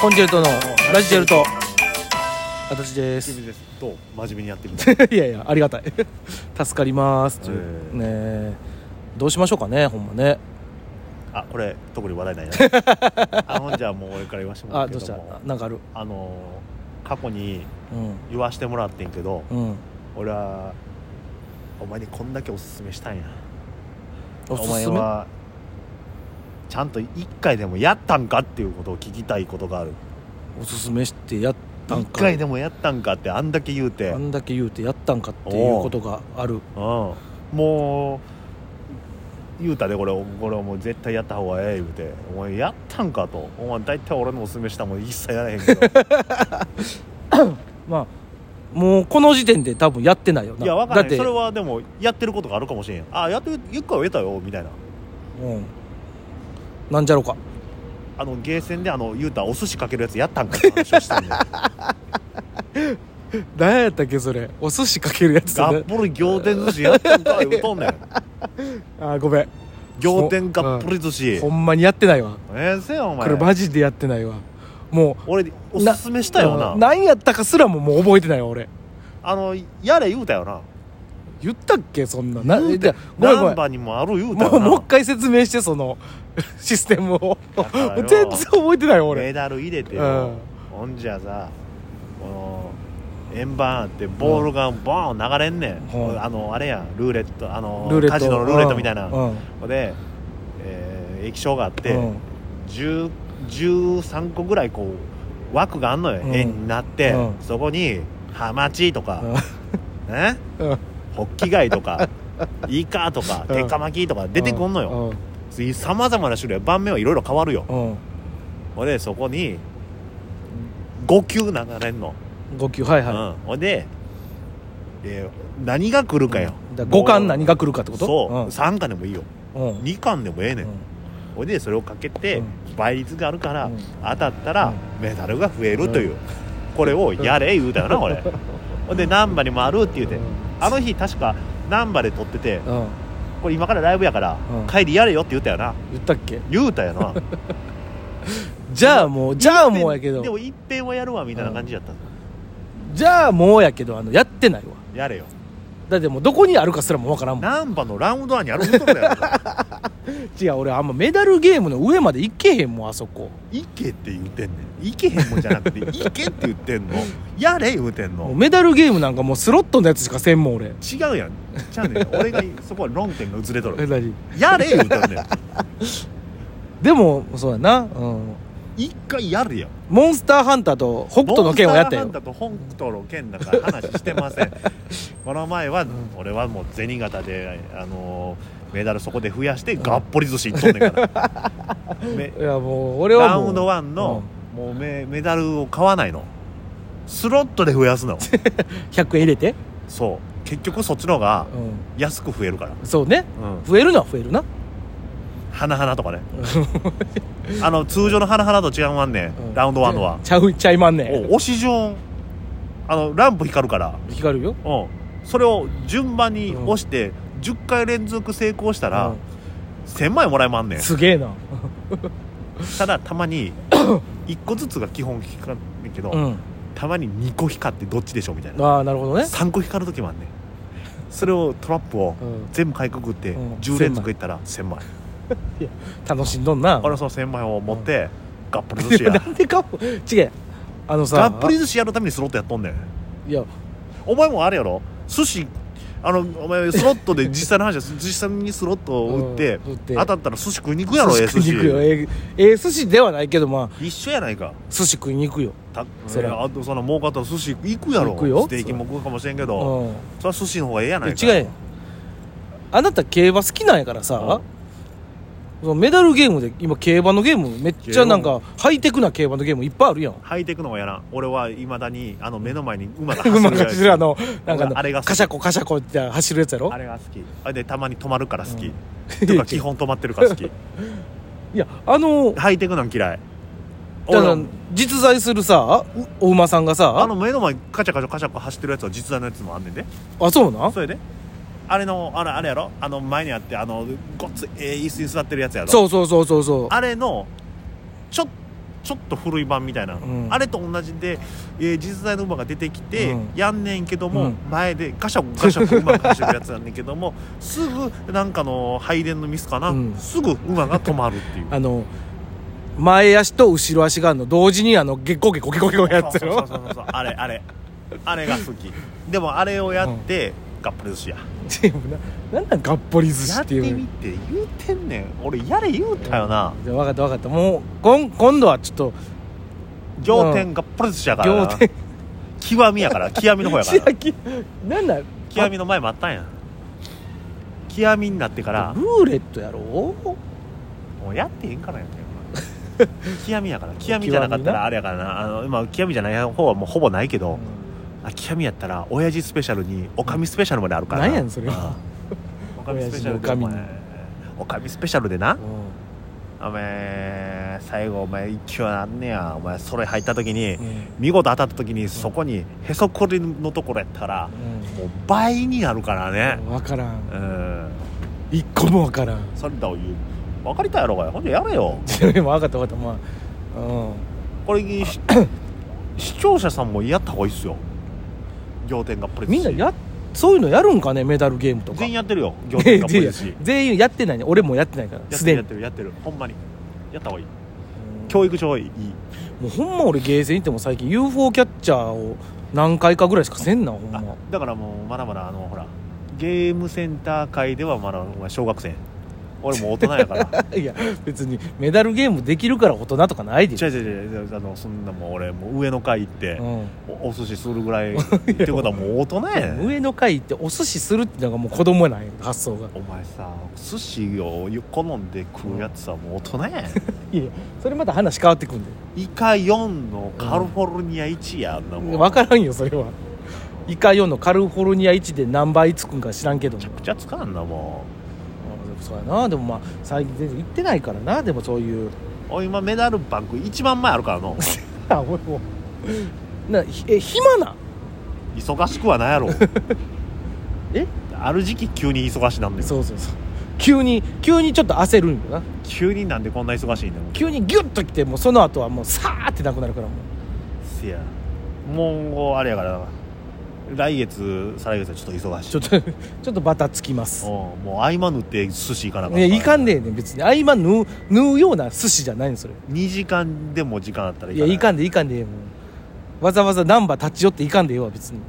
コンジェルトのラジジェルト私で清す 水ですどう真面目にやってみたいやいやありがたい 助かりますというえーねえどうしましょうかねほんまねあこれ特に話 題ないなあほんじゃあもう俺から言わしてもらあうけどうどしたもなんかあるあのー過去うに言わしてもらってんけどんうん俺はお前にこんだけおすすめしたんやおすすお前めはちゃんと一回でもやったんかっていうことを聞きたいことがあるおすすめしてやったん一か回でもやったんかってあんだけ言うてあんだけ言うてやったんかっていうことがあるうん、もう言うたでこれこれはもう絶対やった方がええ言うて「お前やったんか」と「お前大体俺のおすすめしたもん一切やらへんけど まあもうこの時点で多分やってないよないやわかだらなっていそれはでもやってることがあるかもしれんやんあやって一回は得たよみたいなうんなんじゃろかあのゲーセンであの言うたお寿司かけるやつやったんかって話をしたん で何やったっけそれお寿司かけるやつがっぽり仰天寿司やったんか言うとんね んあごめん仰天がっぽり寿司ほんまにやってないわええせやおこれマ前ジでやってないわもう俺おすすめしたよなうん何やったかすらももう覚えてないわ俺あのやれ言うたよな言ったっけそんななじゃあごめんごめナんンバにもある言うたもようなもう一回説明してその システムをだからよもう全然覚えてないわ俺メダル入れてうんよ、ほんじゃさこの円盤あってボールがボーン流れんねうん、んあのあれやんルーレットあのルーレットカジノのルーレットみたいな、うんほんで、えー液晶があって、うん10 13個ぐらいこう枠があんのよ、うん円になって、うんそこにハマチとか、ねうんうんホッキ貝と かイカとかうん鉄火巻きとか出てくんのよさまざまな種類盤面はいろいろ変わるよ、うんうんほんでそこに5球流れんの、 5級はいはうん、ほんで、えー何が来るかよ、いだ5巻何が来るかってことそう、3巻でもいいようんうん2巻でもええねん、ほいでそれをかけて倍率があるから、うん当たったらメダルが増えるという、うこれをやれ言うたよな俺ほんで難波にもあるって言うて、うんあの日確か難波で撮っててうんこれ今からライブやから、うん帰りやれよって言うたよな言ったっけ言うたよなじゃあもうじゃあ もうやけでもど一遍はやるわみたいな感じやった、じゃあもうやけどあのやってないわやれよだってもうどこにあるかすらもわからんもんナンバのラウンドワンにあることだよ違う俺あんまメダルゲームの上まで行けへんもんあそこ 行けって言うてんねん行けへんもんじゃなくて行けって言ってんのやれ言うてんもうのメダルゲームなんかもうスロットのやつしかせんもん俺違うやんちゃうね ん俺がそこは論点がずれとる何やれ言うてんねんでもそうやな、うん、一回や るやんモンスターハンターと北斗の剣をやったよモンスターハンターと本当の剣なんか話してま せんこの前は俺はもう銭形であのーメダルそこで増やしてがっぽり寿司いっとんねんから、 めいやもう俺はラもうウンドワンの、もうメメダルを買わないのスロットで増やすうのん100円入れて、そう結局そっちの方がう安く増えるからん、そうねうん増えるのは増えるな花々と かねあの通常の花々と違うわんね、ん、ラウンドワンのはちゃうちゃいまんねお押し順あのランプ光るからん光るようんそれを順番に押して、10回連続成功したら、1000万円もらえまんねんすげえなただた まに1個ずつが基本光るんだけど、うんたまに2個光ってどっちでしょみたいなああなるほどね、 3個光る時もあんねんそれをトラップをうん、全部買いくぐってうん10連続いったら1000万円楽しんどんな俺はその1000万円を持ってがっぽり寿司 なやんでかも違うあのがさっぽり寿司やるためにスロットやっとんねんいやお前もあれやろ寿司あのお前スロッ トで実際の話です実際にスロットを打って,、うん打って当たったら寿司食いに行くやろええ寿食い司に行くよええええ寿司ではないけどまあ一緒やないか寿司食いに行くよたそそらあとその儲かったら寿司行くやろ行くよステーキも食うかもしれんけうどんそれは寿司の方がええやないか違うやんあなた競馬好きなんやからさそのメダルゲームで今競馬のゲームめっちゃなんかハイテクな競馬のゲームいっぱいあるやんハイテクの方がやらん俺はいまだにあの目の前に馬が馬やがつ走るあのなんか俺あれがの好きカシャコカシャコって走るやつやろあれが好きあれでたまに止まるから好き、うんとか基本止まってるから好 きいやあのハイテクなん嫌いだから俺実在するさうお馬さんがさあの目の前カチャカチャカチャカチャ走ってるやつは実在のやつもあんねんであそうなんそれであれのあれあれやろあの前にあってあのごっつええ椅子に座ってるやつやろそうそうそうそうそうあれのちょちょっと古い版みたいな、うんあれと同じで、えー実在の馬が出てきて、うんやんねんけども、うん前でガシャガシャ馬が走るやつなんだけどもすぐなんかの配電のミスかな、うんすぐ馬が止まるっていう あの前足と後ろ足があるの同時にあのゲコゲコゲコゲコやってるそうそうそうそうそうあれあれあれが好きでもあれをやって、がっぽり寿司やでもななんなんがっぽり寿司やっってていうみて言うてんねん俺やれ言うたよな、じゃあ分かった分かったもうこん今度はちょっと仰天がっぽり寿司やからな仰天極み やから極みの方やか千ら秋なんなん極みの前もあったんや極みになってからルーレットやろもうやってへんからやった よな極みやから極みじゃなかった極みならあれやからなあの今極みじゃない方はもうほぼないけど、あ極みやったら親父スペシャルにおかみスペシャルまであるからなんやねんそれはおかみスペシャルで親お父の女前おかみスペシャルでなうお前最後お前一級なんねやお前それ入った時にんうん見事当たった時にそこにへそくりのところやったらもう倍になるからね分からんうん一個も分からん それだを言う分かりたいやろがほんでやれよでも分かった分かったまあうんこれし視聴者さんもやった方がいいっすよ仰天がプレスみんなやそういうのやるんかねメダルゲームとか全員やってるよ仰天がプ 全員レやスし全員やってないね俺もやってないからやっすてでるやっにてるやってるほんまにやった方がいいうん教育上いいもうほんま俺ゲーセン行っても最近 UFO キャッチャーを何回かぐらいしかせんなほんあまだからもうまだまだあのほらゲームセンター界ではまだお前小学生俺もう大人やから いや別にメダルゲームできるから大人とかないでし違う違う違うあのそんなもう俺もう上の階行ってょ、うんおお寿司するぐらいってことはもう大人 やねん上の階行ってお寿司するってのがもう子供なんや発想がお前さ寿司を好んで食うやつはもう大人やねんいやいやそれまた話変わってくんでイカ4のカリフォルニア1やあんなもん分からんよそれはイカ4のカリフォルニア1で何倍つくんか知らんけどもめちゃくちゃ使うんだもあでもそうやなでもまあ最近全然行ってないからなでもそういうんおい今メダルバンク一番前あるからの あ俺もなひえ暇な忙しくはないやろえある時期急に忙しなんだよそうそうそう急に急にちょっと焦るんよな急になんでこんな忙しいんだよ急にギュッときてもうその後はもうさーってなくなるからもせやもうあれやから来月再来月はちょっと忙しういちょっと ちょっとバタつきますうんもう合間縫って寿司行かなかったねいかんねえねん別に合間縫う縫うような寿司じゃないのそれ2時間でも時間あったらいやいかんんでいかんでええもんわざわざ難波立ち寄っていかんでええわ別に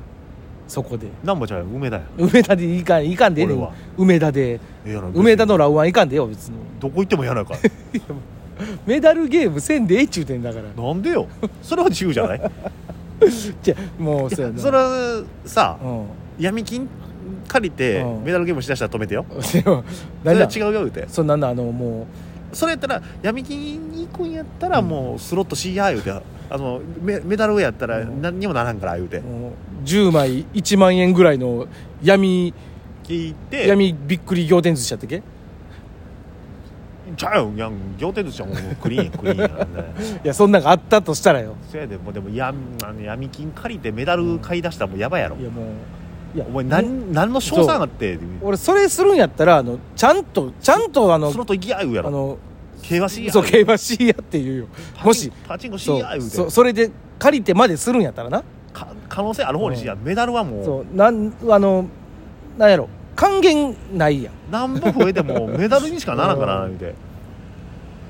そこでなんぼちゃうよ梅田や梅田でいかんいかんでええね俺んは梅田でええやろ梅田のラウアンいかんでええわ別にどこ行っても嫌なからメダルゲームせんでええっちゅうてんだからな んでよそれは自由じゃないじゃもうそうやなそれはさ、うん闇金借りてうんメダルゲームしだしたら止めてよ、でもそなんだれは違うよ言うてそんなんなあのもそれやったら闇金に行くんやったらもうスロットしや言うてあのメメダルやったらうん何にもならんから言うてうもう10枚1万円ぐらいの闇聞いて闇びっくり仰天寿司やったっけちゃうやん仰天寿司はもうクリーンやクリーンやんねいやそんなんがあったとしたらよそやでもうでも闇あの闇金借りてメダル買い出したらもうやばいやろいやもういやお前何何の賞賛あって俺それするんやったらあのちゃんとちゃんとあのスロット行きや言うやあろの競馬しやそう競馬しいやって言うよパチンもしパチンコしそうや言うてそうそれで借りてまでするんやったらなか可能性ある方にしやメダルはもうそうなんあのなんやろ還元ないやんなんぼ増えて もメダルにしかならんからなうんみたいな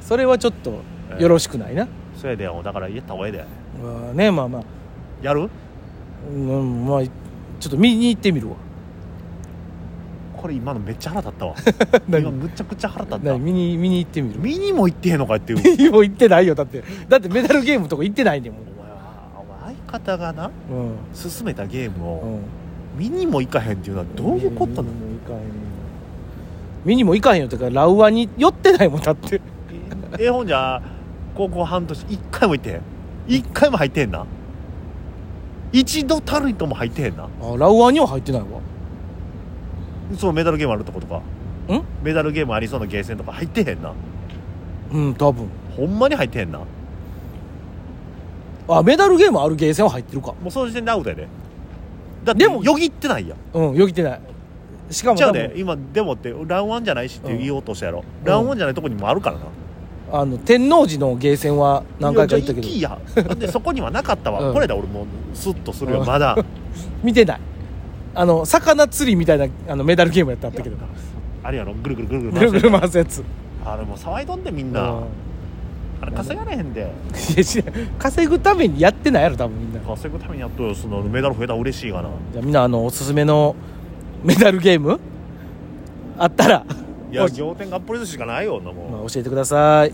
それはちょっとよろしくないな、そやでよだから言った方がええでうんねまあまあやるうんまあちょっと見に行ってみるわこれ今のめっちゃ腹立ったわ今 何むちゃくちゃ腹立った何見に見に行ってみるミニも行ってへんのかってい うもう行ってないよだってだってメダルゲームとか行ってないねんもお前はお前相方がなううん進めたゲームうをんミニも行かへんっていうのはどういうことなの見にも行かへんよ見にも行かへんよってかラウアに寄ってないもんだってええほんじゃ高校半年一回も行ってへん一回も入ってへんな一度たるいとも入ってへんなあラウアには入ってないわそのメダルゲームあるとことかんメダルゲームありそうなゲーセンとか入ってへんなうん多分ほんまに入ってへんなもあメダルゲームあるゲーセンは入ってるかうその時点でアウトやでだってでもよぎってないやんうんよぎってないしかもじゃ多あ分ね今でもってランワンじゃないしってうん言おうとしたやろ、ランワンじゃないとこにもあるからなあの天王寺のゲーセンは何回か行ったけどいやじゃあ行きやでそこにはなかったわ、うんこれだ俺もうスッとするうよん まだ見てないあの魚釣りみたいなあのメダルゲームやったったけどあれやろぐるぐるぐるぐるぐるぐる回す回すやつあれもう騒いどんでみんうんな、あれ稼がれへんでいや知らん稼ぐためにやってないやろ多分みんな稼ぐためにやっとよそのメダル増えたら嬉しいがな、じゃあみんなあのおすすめのメダルゲームあったらいやお仰天がっぽり寿司しかないよんなもんまあ教えてください